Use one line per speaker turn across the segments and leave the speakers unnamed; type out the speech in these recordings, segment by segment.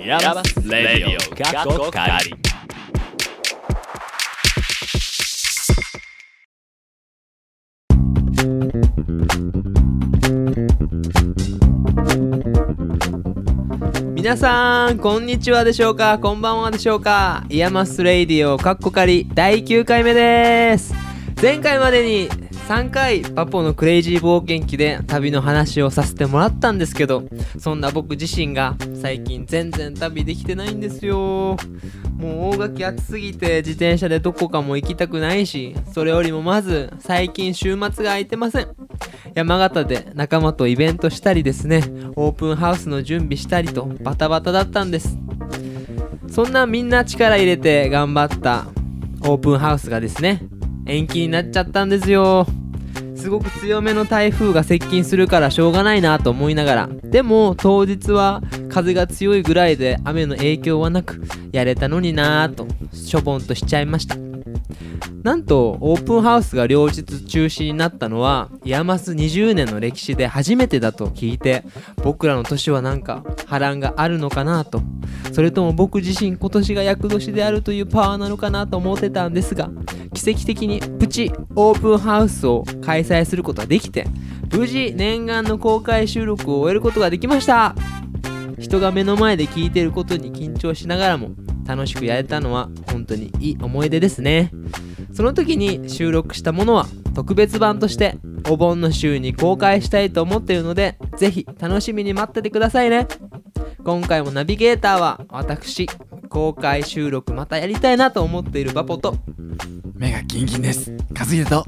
ヤバスレディオ
かっこかり
皆さんこんにちはでしょうかこんばんはでしょうかイヤマスレイディオかっこかり第9回目です前回までに3回パポのクレイジー冒険記で旅の話をさせてもらったんですけどそんな僕自身が最近全然旅できてないんですよもう大垣暑すぎて自転車でどこかも行きたくないしそれよりもまず最近週末が空いてません山形で仲間とイベントしたりですねオープンハウスの準備したりとバタバタだったんですそんなみんな力入れて頑張ったオープンハウスがですね延期になっちゃったんですよすごく強めの台風が接近するからしょうがないなと思いながらでも当日は風が強いぐらいで雨の影響はなくやれたのになぁとしょぼんとしちゃいましたなんとオープンハウスが両日中止になったのはイヤマス20年の歴史で初めてだと聞いて僕らの年はなんか波乱があるのかなとそれとも僕自身今年が厄年であるというパワーなのかなと思ってたんですが奇跡的にプチオープンハウスを開催することができて無事念願の公開収録を終えることができました人が目の前で聞いてることに緊張しながらも楽しくやれたのは本当にいい思い出ですねその時に収録したものは特別版としてお盆の週に公開したいと思っているのでぜひ楽しみに待っててくださいね今回もナビゲーターは私公開収録またやりたいなと思っているバポと
目がキンキンです和秀と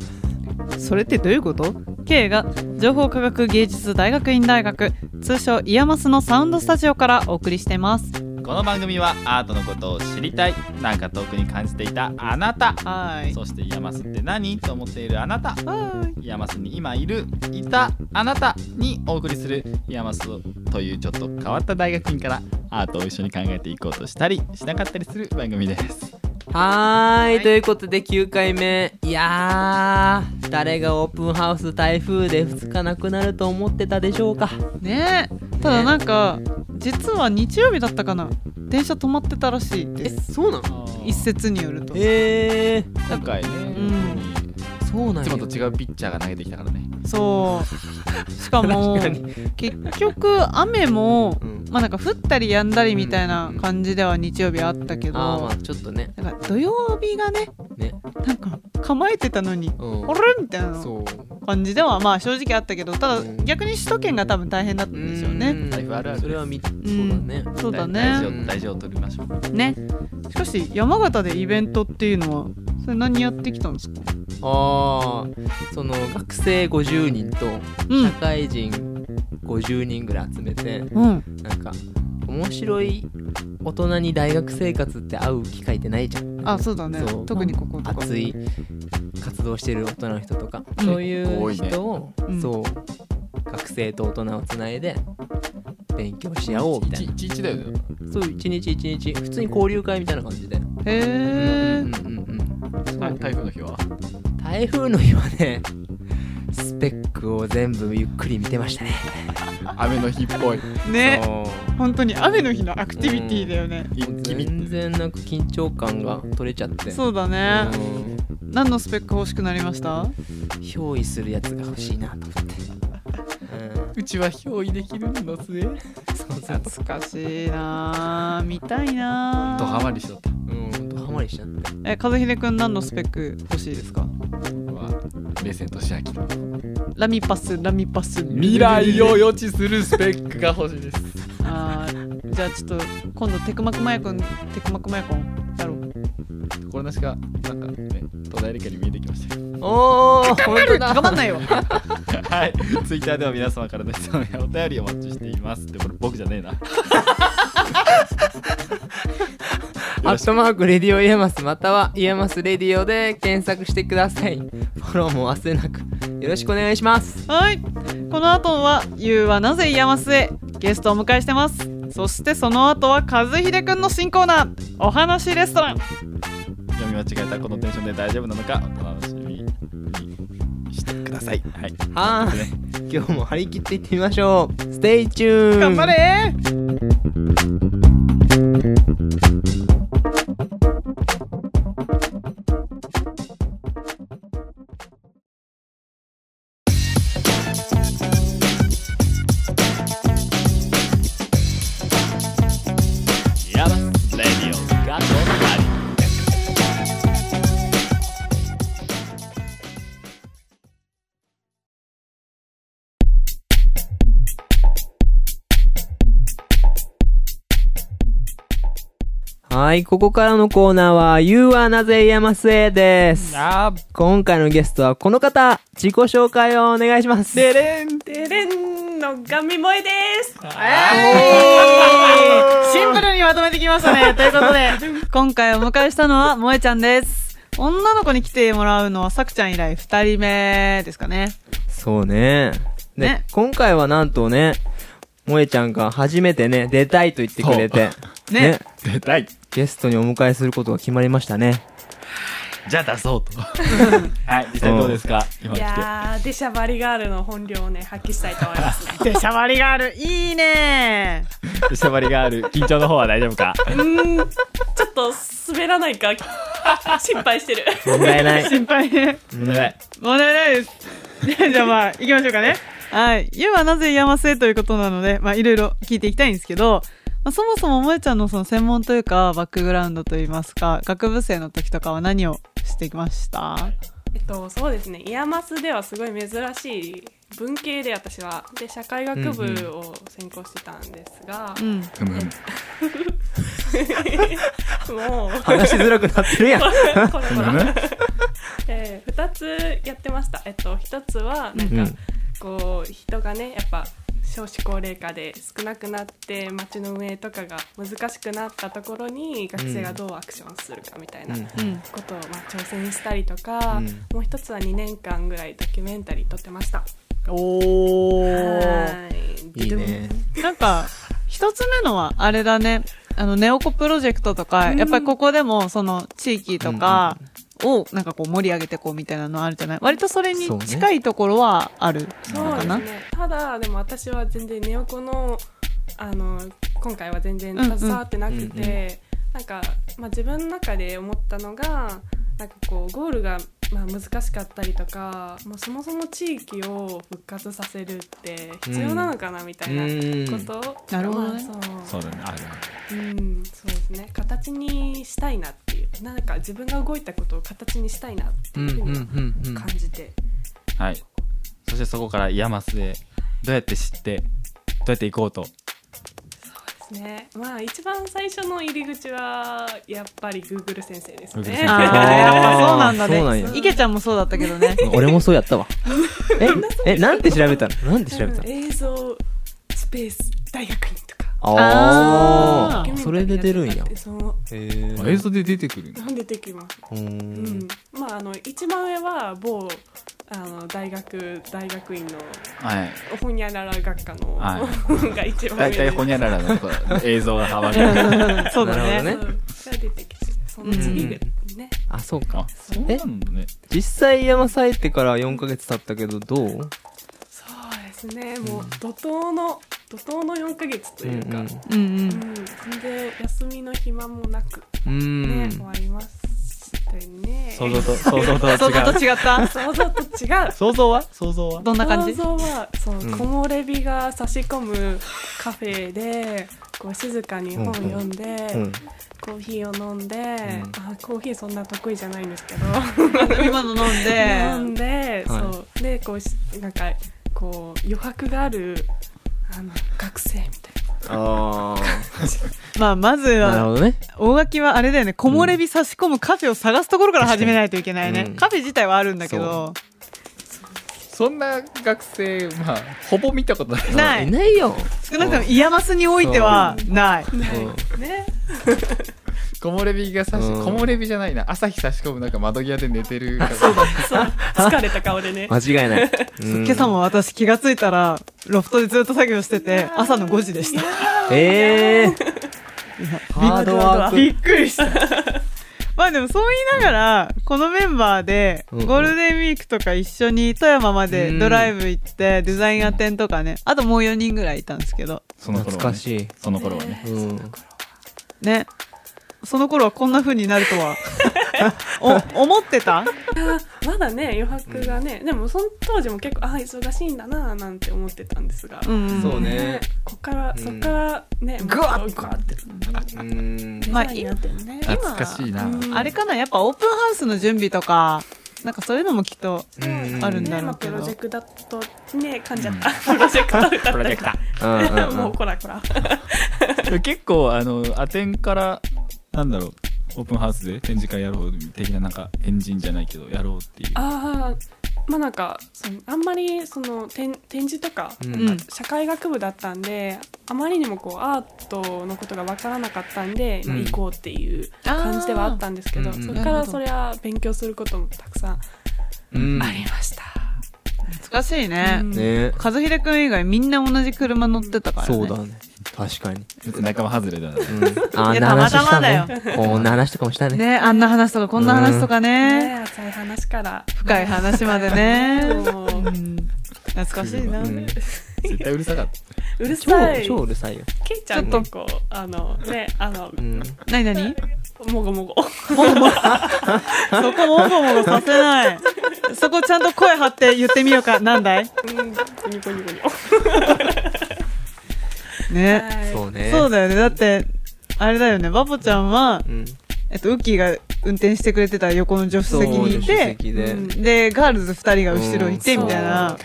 それってどういうこと K が情報科学芸術大学院大学通称イヤマスのサウンドスタジオからお送りしています
この番組はアートのことを知りたいなんか遠くに感じていたあなた
はい
そして山スって何と思っているあなた
は
山スに今いるいたあなたにお送りする山スというちょっと変わった大学院からアートを一緒に考えていこうとしたりしなかったりする番組です
はーい、
はい
ということで9回目いやー誰がオープンハウス台風で2日なくなると思ってたでしょうか
いねえただなんか実は日曜日だったかな電車止まってたらしいです
そうなの
一説によると
えー、
今回ね、
ん
そうないん
つ
よ
もと違うピッチャーが投げてきたからね
そうしかも
確か
結局雨も
うん
まあなんか降ったりやんだりみたいな感じでは日曜日あったけど
あーま
な
あちょっとね
んか土曜日がね
ね
なんか構えてたのに
うん
あれみたいな
そう
感じではまあ正直あったけどた
う
だ
ん
逆に首都圏が多分大変だったんでしょうね
ん
台風あるあるです
それはみそうだね
そうだ
大事
ね
を大事を取りましょう
ねしかし山形でイベントっていうのはそれ何やってきたんですか
ああその学生50人と
うん
社会人50人ぐらい集めて、
うん
なんか面白い大人に大学生活って会う機会ってないじゃん
あそうだね
そう
特にこことか
熱い活動してる大人の人とか、
うん
そうい
多
う
いね
人を、
うん
そう学生と大人をつないで勉強し合おうみたいな
ちいちだよね
そう一日一日普通に交流会みたいな感じで、
へ
う
え
んうんうん
はい台風の日は
台風の日はねスペックを全部ゆっくり見てましたね
雨の日っぽい
ね
そう
本当に雨の日のアクティビティだよね
一気に
全然なんか緊張感が取れちゃって
そうだね何のスペック欲しくなりました
うん憑依するやつが欲しいなと思って、
うちは憑依できるのすね
そうそう
懐かしいなあ見たいなあ
ドハマりしちゃった
うんほんとハマりしちゃって
え和秀くん何のスペック欲しいですか
僕は冷戦としあき
ラミパスラミパス
未来を予知するスペックが欲しいです
あーじゃあちょっと今度テクマクマヤくんテクマクマヤくんやろう
心なしがなんかね東大理科に見えてきましたよ
おお本当だ
頑張んないよ
はいツイッターでは皆様からの質問やお便りをお待ちしていますでこれ僕じゃねえなよ
ア
ろ
ッ
しく
トマークレディオイヤマスまたはイヤマスレディオで検索してくださいフォローも忘れなくよろしくお願いします
はいこの後は「ゆうはなぜ山須へ」ゲストをお迎えしてますそしてその後は和秀くんの新コーナーお話レストラン
読み間違えたこのテンションで大丈夫なのかお楽しみにしてくださいはい
はーい今日も張り切っていってみましょう Stay tuned
頑張れ
はい、ここからのコーナーは、You はなぜ山末です。
あ
今回のゲストはこの方、自己紹介をお願いします。
デレン
デレンのガミ萌えです。
シンプルにまとめてきました ね。ということで、今回お迎えしたのは、萌えちゃんです。女の子に来てもらうのは、さくちゃん以来二人目ですかね。
そうね。ね
ね
今回はなんとね、萌えちゃんが初めてね、出たいと言ってくれて、
ね
出たい
ゲストにお迎えすることが決まりましたね。
じゃあ出そうと はい実際どうですか今
い
来て
やー、デシャバリガールの本領をね、発揮したいと思いますね。
で、シャバリがある。いいね
出しゃばりがある緊張の方は大丈夫か
うーん、ちょっと滑らないか、 心配してる。
問題ない。
心配ね。
問題ない
問題ないです。 じゃあまあ、行きましょうかね。はい。ゆうはなぜ山生ということなので、まあ、いろいろ聞いていきたいんですけど、まあ、そもそも萌えちゃんのその専門というか、バックグラウンドといいますか、学部生の時とかは何をしてきました
えっと、そうですね、イヤマスではすごい珍しい文系で私は、で、社会学部を専攻してたんですが、
うん。
ふむふむ
もう、
話しづらくなってるやん。
コロコロ。えー、2つやってました、えっと、1つはなんか、
うん
こう人がねやっぱ少子高齢化で少なくなって街の運営とかが難しくなったところに学生がどうアクションするかみたいな
うん
うん。
ことを、まあ、挑戦したりとか、
うん
もう一つは2年間ぐらいドキュメンタリー撮ってました。
おー。
はい
いいね。
なんか、一つ目のは、あれだね。あの、ネオコプロジェクトとか、
うん
やっぱりここでも、その、地域とかを、なんかこう、盛り上げてこうみたいなのあるじゃない割とそれに
そうね
近いところはある
そう
の
で
か
す
な、
ね。ただでも私は全然ネオコのあの今回は全然
うんうん
携わってなくて、
うんうん
なんかまあ自分の中で思ったのがなんかこうゴールがまあ難しかったりとか、もうそもそも地域を復活させるって必要なのかなみたいなこと、
なるほどね
まあそ
そう
う
だねあるあ
うん、そうですね。形にしたいなっていう、なんか自分が動いたことを形にしたいなって
うん
いううんふ
う
うんに
うん。
は感じて。
るはいそしてそこからイヤマスへどうやって知ってどうやって行こうと
ね、まあ一番最初の入り口はやっぱり Google 先生です
Google
ね
先。生
あ
あー
あ、やっぱそうなんだ
そうなん
ね
や。
いけちゃんもそうだったけ どね。
俺もそうやったわ。え、え、なんて調べたのなんて調べた
うん
の
映像スペース大学院とか。
あ
ドキュメンタリー
あ、それで出るん
や
や
ってたっ。てそう
へ
あ映像で出てくるんだ
出てきま
う
す。うんん。まああの一番上は某あの大学大学院の
はい
ほにゃらら学科の、
は
が一番上
大
です。
体ほにゃららのとこ映像が幅が
うんそうだ
な
ね
るほどね
そうが出てきて、その次で、ね。
あ、そう か。
あそうなんだね
実際山咲いてから4ヶ月経ったけど、どう
そうですね。もう怒涛の怒涛の四ヶ月というか。
うん
うん
うん、全然休みの暇もなく
う
ね、
ん
終。わりましたね
想像と想像とは
うん。そんな
違う
と違った
想像と違 う
想像は想像は
どんな感じ
想像はそう、
うん
木漏れ日が差し込むカフェでこう静かに本読んで、
うん
コーヒーを飲んで、あコーヒーそんな得意じゃないんですけど
今の飲ん
飲ん
で。
で、
はい
そうでこうしなんかこう余白があるあの学生みたいな
ああ。
まあ、まず
なるほ
は、
どね。
大垣はあれだよね、木漏れ日差し込むカフェを探すところから始めないといけな
う
い
ん
ね。カフェ自体はあるんだけど。
そんな学生まあほぼ見た ことない
ないい。
ないよ。
少なくともイヤマスにおいては、ない。
ね
木漏れ日が差し
うん
木漏れ日じゃないな朝日差し込むなんか窓際で寝て る
そう疲れた顔 でね
間違い ない。
今朝も私気がついたら、ロフトでずっと作業してて、朝の5時でした。
ええ。ハードワー
びっくりした。まあでもそう言いながら、このメンバーで、
う
ゴ
んうん
ールデンウィークとか一緒に富山までドライブ行って、デザインアテンとかね、あともう4人ぐらいいたんですけど、
そ
ク。
の頃
懐
は
か
ね
しい。
その頃はね
うん。
ね。その頃はこんな風になるとは、 お、思ってた
まだね余白がね、でもその当時も結構ああ忙しいんだななんて思ってたんですが、
うん。
そうね
こっから、
ん
そっからね
ぐわっ
ぐわって
うん。
まあ
デザインやってるね
今
懐かしいな
うん
あれかなやっぱオープンハウスの準備とか、なんかそういうのもきっと、
うん
あるんだろうけ
ね
ど
まあ、プロジェクトとね噛んじ ゃった、プロジェクト歌った
プロジ ェクタ
うんうんうん
もうこらこら
結構あのアテンからなんだろうオープンハウスで展示会やろう的ななんかエンジンじゃないけどやろうっていう
ああまあなんかそのあんまりその展展示とか
うん
うん
社会学部だったんであまりにもこうアートのことが分からなかったんで、
うん
行こうっていう感じではあったんですけど、
あー
そこからそりゃ勉強することもたくさん
うん
ありました。
難しいね、
うん
ね
和秀くん以外みんな同じ車乗ってたからね
そうだね確かに、
仲間外れ だな
うん、あ
い
ん
や
な話したね
たま
こんな話とかもしたね
ねあんな話とかこんな話とかね、
ね、浅い話から
深い話までね、
もう
うん、懐かしいな、
うん
絶対うるさかった
うる
超
さい
超うるさいよ、
ケイちゃん結構あのねあの
うん、
なになに
もごもご
そこもごもごさせないそこちゃんと声張って言ってみようかなんだい
うんニコニコ ニコ
ね、
はい
そうね
そうだよねだってあれだよねバポちゃんは、
うん、
えっと、ウッキーが運転してくれてた横の助手席にい
そう助手
て
席で、
うん
でガールズ2人が後ろいてみたいな、
うん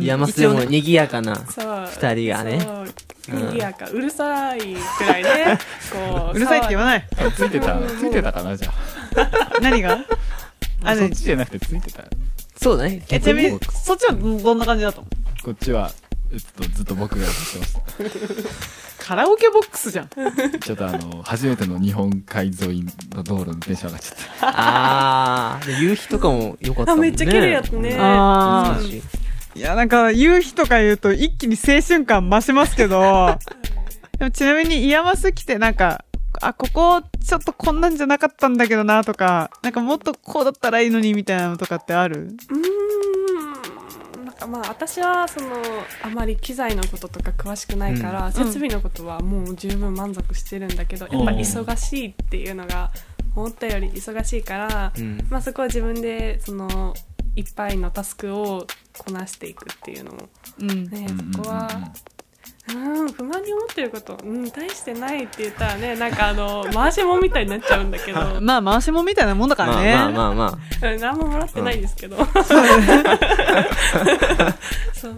山瀬でも賑やかな
そう
二人がね
そう賑やかうるさいくらいねこ
う
う
るさいって言わない
ついてた ついてたかなじゃ
何があ
あそ
れ
っちじゃなくてついてた
そうだね
えちなみにそっちはどんな感じだと思う
こっちはえっとずっと僕がやってま した
カラオケボックスじゃん
ちょっとあの初めての日本海沿いの道路のテンション上がっちゃった
あーで夕日とかも良かった
あ
もんね
めっちゃ綺麗やったね
あ
懐かしい
いやなんか夕日とか言うと一気に青春感増しますけどでもちなみにイヤマス来てなんかあここちょっとこんなんじゃなかったんだけどなとかなんかもっとこうだったらいいのにみたいなのとかってある
うーんなんかまあ私はそのあまり機材のこととか詳しくないから、設備のことはもう十分満足してるんだけど、やっぱ忙しいっていうのが思ったより忙しいから、
うん
まあ、そこは自分でそのいっぱいのタスクをこなしていくっていうのも
うん
ねそこは。うん不満に思ってること、うん、大してないって言ったらねなんかあの回しもんみたいになっちゃうんだけど、うん
まあ回しもんみたいなもんだからね、
まあまあまあま
何ももらってないんですけど、 そう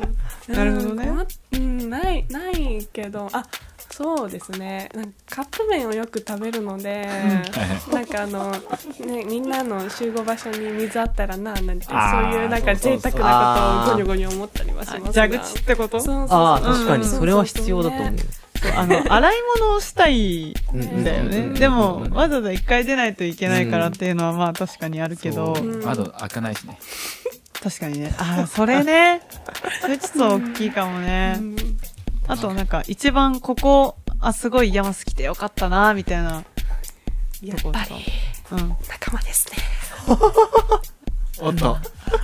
うん
なるほどね
困っうん、ないないけどあそうですねなんかカップ麺をよく食べるのでなんかあの、ね、みんなの集合場所に水あったらななんてそう
あー
いうなんか贅
そうそう
沢
そう
なことをゴニョゴニョ思ったりはしますが
蛇口ってこと
そうそうそう
ああー確かに
うん
それは必要だと思う、
あの洗い物をしたい
うんうん
んだよね、
うん
でも
うん
わざわざ一回出ないといけないからっていうのはまあ確かにあるけど、
うん
窓開かないしね
確かにねああそれねそれちょっと大きいかもね、
うん
あとなんか一番ここあすごい山好きでよかったなみたいな
や
とこ
っぱ
さ
り
うん
仲間ですね
おっと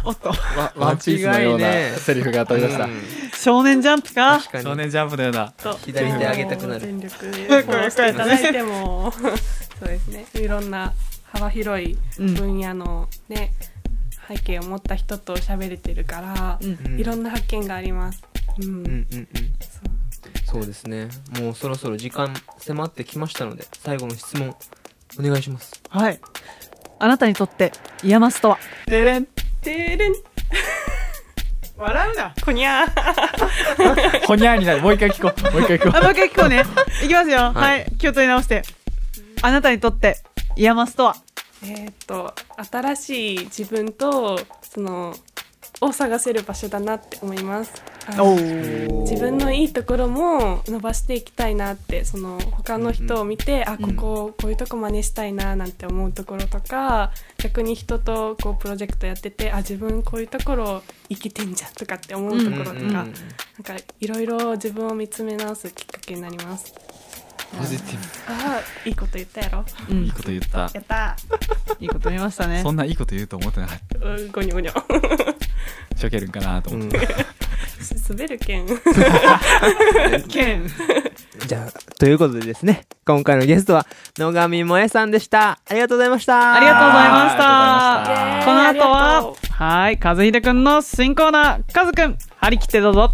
おっと
ワワンピースのよう
間違いね
なセリフが飛びました
少年ジャンプか
確かに
少年ジャンプのような
と
左手上げたくなる
全力で
うん
こうしていただい てもそうですねいろんな幅広い分野のね、背景を持った人と喋れてるから、
うん
うん
いろんな発見があります、うん
うんうんうん
そう
そうですねもうそろそろ時間迫ってきましたので最後の質問お願いします
はいあなたにとってイヤマスとは
てれん
てれん
笑うな
こにゃー
ほにゃーになるもう一回聞こうもう一回聞こ
あもう一回聞こうねいきますよはい、
は
気を取り直してあなたにとってイヤマスとは
えーっと新しい自分とそのを探せる場所だなって思いますあの自分のいいところも伸ばしていきたいなってその他の人を見て、あこここういうとこ真似したいななんて思うところとか逆に人とこうプロジェクトやっててあ自分こういうところ生きてんじゃんとかって思うところとか、
うんうん
なんかいろいろ自分を見つめ直すきっかけになります
うポジティブ
あーいいこと言ったやろ
うん
いいこと言った
やった
いいこと言いましたね
そんないいこと言うと思ってなかっ
ーうんごにょごにょ
たしょけるんかなと
う
思っ
ん
て
滑るけん
けん
じゃあということでですね今回のゲストは野上萌えさんでしたありがとうございました
ありがとうございまし
ありがとうございました
イエーイ
この後
ありが
は
と
はい和秀くんの新コーナー和くん張り切ってどうぞ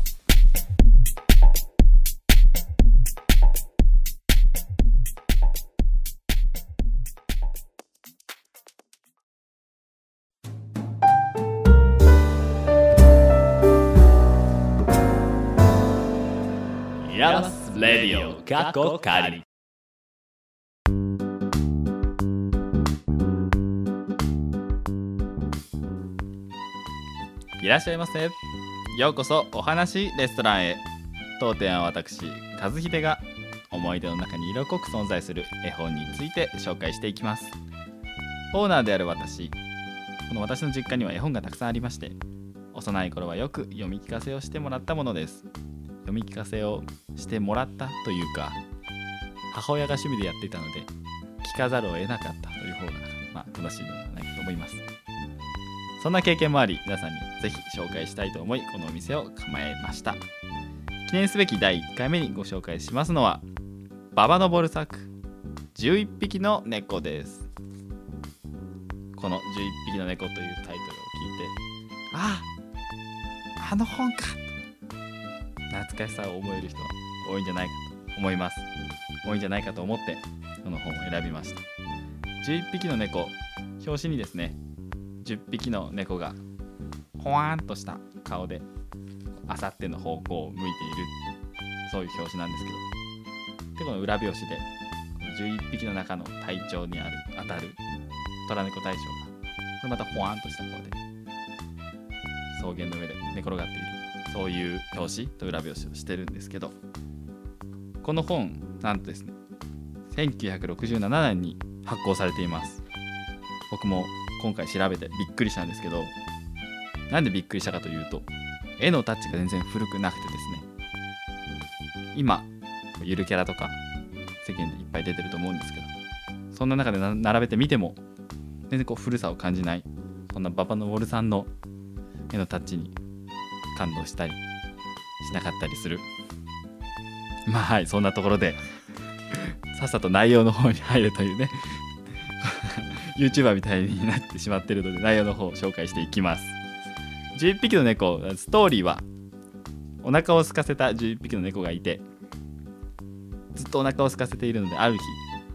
ヤマスレディオ過去仮いらっしゃいませようこそお話レストランへ当店は私和秀が思い出の中に色濃く存在する絵本について紹介していきますオーナーである私この私の実家には絵本がたくさんありまして幼い頃はよく読み聞かせをしてもらったものです読み聞かせをしてもらったというか母親が趣味でやっていたので聞かざるを得なかったという方が、まあ、正しいのではないかと思いますそんな経験もあり皆さんにぜひ紹介したいと思いこのお店を構えました記念すべき第1回目にご紹介しますのは馬場のボル作11匹の猫ですこの11匹の猫というタイトルを聞いてあああの本か懐かしさを思える人は多いんじゃないかと思います多いんじゃないかと思ってこの本を選びました11匹の猫表紙にですね10匹の猫がほわーんとした顔であさっての方向を向いているそういう表紙なんですけどでこの裏表紙でこの11匹の中の体調にある当たる虎猫大将がこれまたほわーんとした顔で草原の上で寝転がっているそういう表紙と裏表紙をしてるんですけどこの本なんとですね1967年に発行されています僕も今回調べてびっくりしたんですけどなんでびっくりしたかというと絵のタッチが全然古くなくてですね今ゆるキャラとか世間でいっぱい出てると思うんですけどそんな中でな並べてみても全然こう古さを感じないそんな馬場のウォルさんの絵のタッチに感動したりしなかったりするまあはいそんなところでさっさと内容の方に入るというね YouTuber みたいになってしまってるので内容の方を紹介していきます11匹の猫ストーリーはお腹を空かせた11匹の猫がいてずっとお腹を空かせているのである日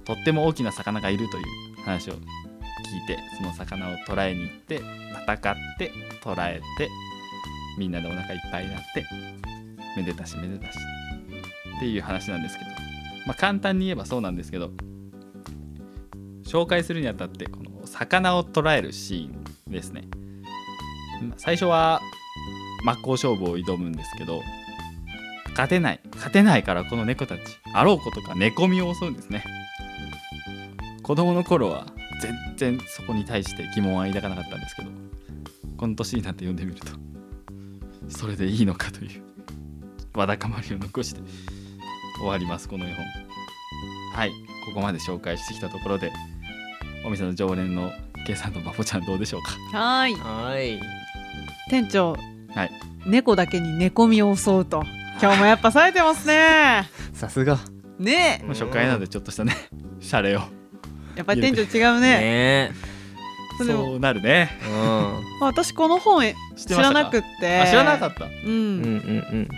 とっても大きな魚がいるという話を聞いてその魚を捕らえに行って戦って捕らえてみんなでお腹いっぱいになってめでたしめでたしっていう話なんですけどまあ簡単に言えばそうなんですけど紹介するにあたってこの魚を捕らえるシーンですねまあ最初は真っ向勝負を挑むんですけど勝てない勝てないからこの猫たちあろうことか寝込みを襲うんですね子供の頃は全然そこに対して疑問は抱かなかったんですけどこの年になって読んでみるとそれでいいのかというわだかまりを残して終わりますこの絵本はいここまで紹介してきたところでお店の常連の K さんとバボちゃんどうでしょうか
はーい
はい
店長
はい
猫だけに寝込みを襲うと今日もやっぱ冴えてますね
さすが
ね
もう初回なのでちょっとした ねシャレを
えやっぱり店長違うね
ね
それでも
そうなるね
えうん
まあ私この本え
知っ
知
てまし
ら
たか
なくって
あ知らなかった
う
うん
ん、
うんう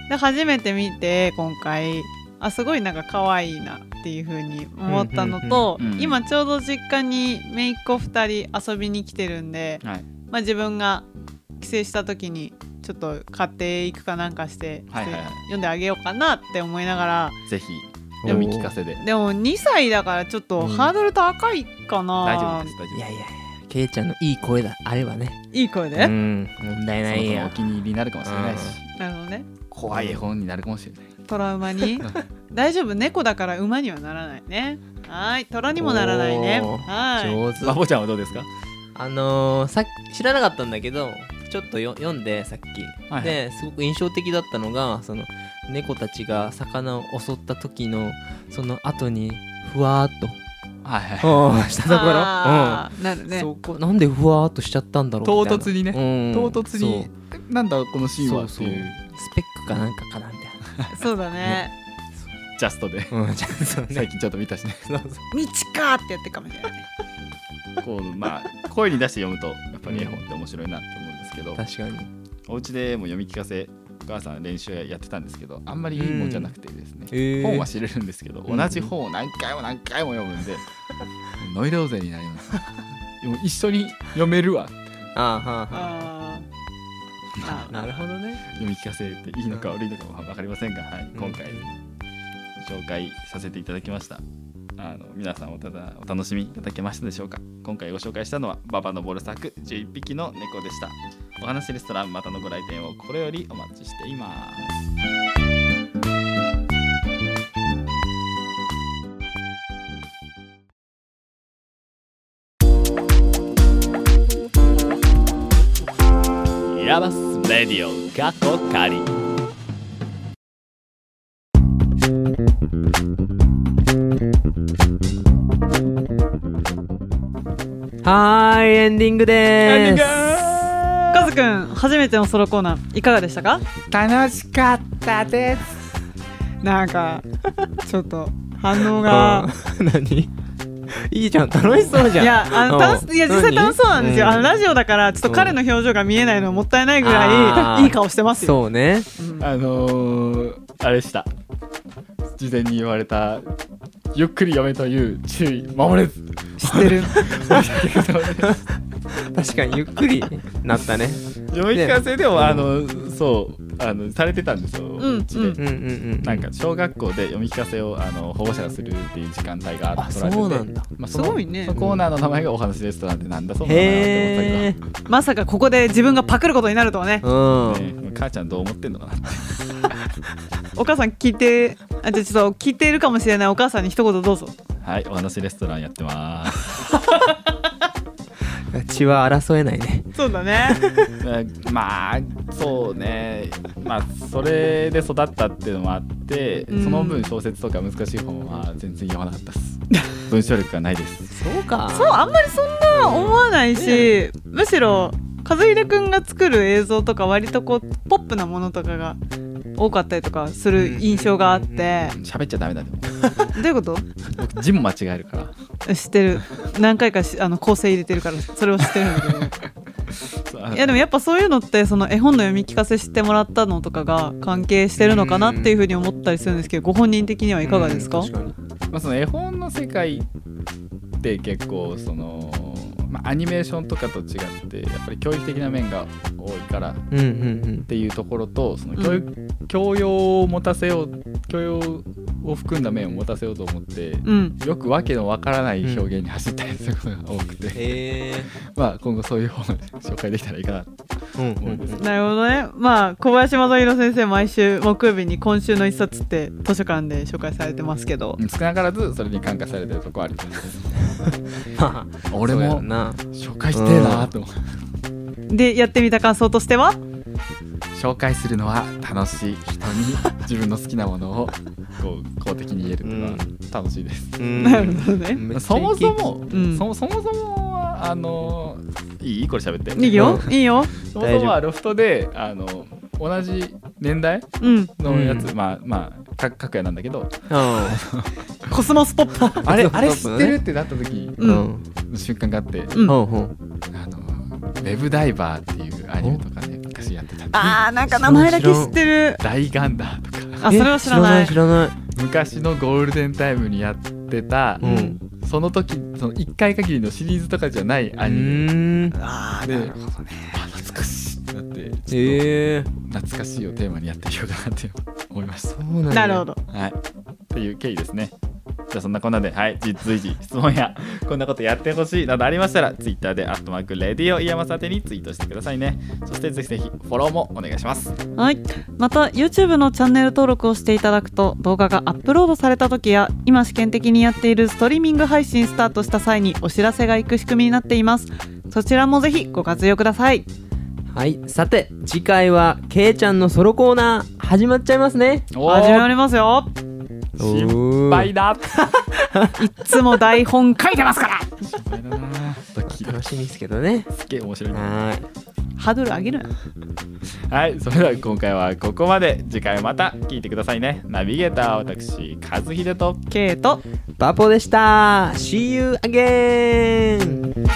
ん
で初めて見て今回あすごいなんか可愛いなっていう風に思ったのと、
うんうんうんうん
今ちょうど実家に姪っ子2人遊びに来てるんで、
はい
まあ、自分が帰省した時にちょっと買っていくかなんかして、
はいはいはい
読んであげようかなって思いながら
ぜひ読み聞かせで
でも2歳だからちょっとハードル高いか
大
な、
丈夫です大丈夫
い
で
やいやいやケイちゃんのいい声だあればね
いい声で、
うん問題な
すその
い
子の
や
お気に入りになるかもしれないし
なるほどね
怖い絵本になるかもしれない
トラウマに大丈夫猫だから馬にはならないねはーい虎にもならないね
おー
はーい
上手
バボちゃんはどうですか
あのー、さっき知らなかったんだけどちょっとよ読んでさっき、
はい
ですごく印象的だったのがその猫たちが魚を襲った時のその後にふわーっと
はいはい
うんしたところ、
あーなる
うん
ね
そこなんでふわーっとしちゃったんだろう
唐
みたいな
突にね
う
唐
ん
突に
そう
なんだこのシーンはって
そうそう
いう
スペックかなんかかなみたい
そうだね
ジャストで
なうんじ ゃあそう
最
ね
近ちょっと見たしね
そうそう
「道か!」ってやってるかもしれないね
こうまあ声に出して読むとやっぱり絵本って面白いなって思うんですけど
確かに
お家でも読み聞かせお母さん練習やってたんですけどあんまりいいもんじゃなくてですね
へー
本は知れるんですけど
うん
同じ本を何回も何回も読むん でもうノイローゼになりますでも一緒に読めるわ
あーはーは
あ
ーなるほどね
読み聞かせっていいのか悪いのかは分かりませんが、はい、今回紹介させていただきましたあの皆さんおただお楽しみいただけましたでしょうか今回ご紹介したのは「ババのボル作11匹の猫」でしたお話レストランまたのご来店を心よりお待ちしていますヤバスレディオ過去仮
はーいエンディングでーす
カズくん初めてのソロコーナーいかがでしたか
楽しかったです
なんか ちょっと反応が
うん 何いいじゃん楽しそう
い
じゃん
やあの楽しいや実際楽しそうなんですよ、
うん
あのラジオだからちょっと彼の表情が見えないのもったいないぐら
あー
いいい顔してますよ
そうね
あのー、あれでした事前に言われたゆっくり読めという注意守れず
知ってる
確かにゆっくりなったね
読み聞かせでもあのそうあのされてたんですよ、
うん
うち
う
で
うんうん
ん
うん
なんか小学校で読み聞かせをあの保護者がするっていう時間帯が
あ
取られてて
そうなんだ
まあ、その
すごいね
そのコーナーの名前がお話レストランってなんだそうなのかなって思っ
へえ
まさかここで自分がパクることになるとはね
うん
たけど、ね、母ちゃんどう思ってんのかなって
お母さん聞いてあじゃあちょっと聞いているかもしれないお母さんに一言どうぞ
はいお話レストランやって ます
血は争えないね
そうだね
えまあそうねまあそれで育ったっていうのもあって、
うん
その分小説とか難しい本は全然読まなかったです文章力がないです
そうか
そうあんまりそんな思わないし、むしろ和秀くんが作る映像とか割とこうポップなものとかが多かったりとかする印象があって、
喋っちゃダメだでも
どういうこと
僕字も間違えるから
知ってる何回かしあの構成入れてるからそれを知ってるんだ けど
そうあ
いやでもやっぱそういうのってその絵本の読み聞かせしてもらったのとかが関係してるのかなっていうふうに思ったりするんですけどご本人的にはいかがですか,、
うん確かに
まあ、その絵本の世界って結構その、まあ、アニメーションとかと違ってやっぱり教育的な面が多いからっ
うんうん
ていうところとその
うん
教育、教養を持たせよう教養を含んだ面を持たせようと思って
うん
よくわけのわからない表現に走ったりすることが多くて、
へえ
まあ今後そういう本を紹介できたらいいかな
うんうんうん
なるほどねまあ小林正弘先生毎週木曜日に今週の一冊って図書館で紹介されてますけど、
少なからずそれに感化されてるとこはあります
まあ
俺
そうや
も
んな
紹介してえなと思って
でやってみた感想としては
紹介するのは楽しい人に自分の好きなものをこう公的に言えるのが楽しいです、
うん
なるほどね
めっちゃ
そもそも、
うん
そそもそもはあのいいこれ喋って
いいよいいよ
そもそもはロフトであの同じ年代
うん
のやつ、
う
まあまあか各屋なんだけど
コスモスポッ パー
あれ
そう
あれ知
そう
っ
だ
て
ね
るってなった時
うんう
うんん
の瞬間があって、
うん
ほうほう
あのウェブダイバーっていうアニメとかね昔やってた
あーなんか名前だけ知ってる
大ガンダーとか
あそれは知らない
え知らない
昔のゴールデンタイムにやってた、
知らないうん
その時その1回限りのシリーズとかじゃないア
う
ニメ
ん
あ
で、あ懐かしいってなってちょっ
ええ
と懐かしいをテーマにやってみようかなって思いまし
そうなん
ー
だ
なるほど
た。はい、っていう経緯ですね。じゃあそんなこんなで、はい、じ随時質問やこんなことやってほしいなどありましたら Twitter で「アットマークレディオイヤマサテ」にツイートしてくださいね。そしてぜひぜひフォローもお願いします。
はい、また YouTube のチャンネル登録をしていただくと動画がアップロードされた時や今試験的にやっているストリーミング配信スタートした際にお知らせが行く仕組みになっていますそちらもぜひご活用ください
はいさて次回はけいちゃんのソロコーナー始まっちゃいますね
お
始ま
ー
りますよ
心配だ
いつも台本書いてますから
心配だなドキド
楽
キ
しみですけどね
すげえ面白いな
はーい
ハードル上げるな
はいそれでは今回はここまで次回また聞いてくださいねナビゲーターは私和秀と
ケイト
バポでした See you again!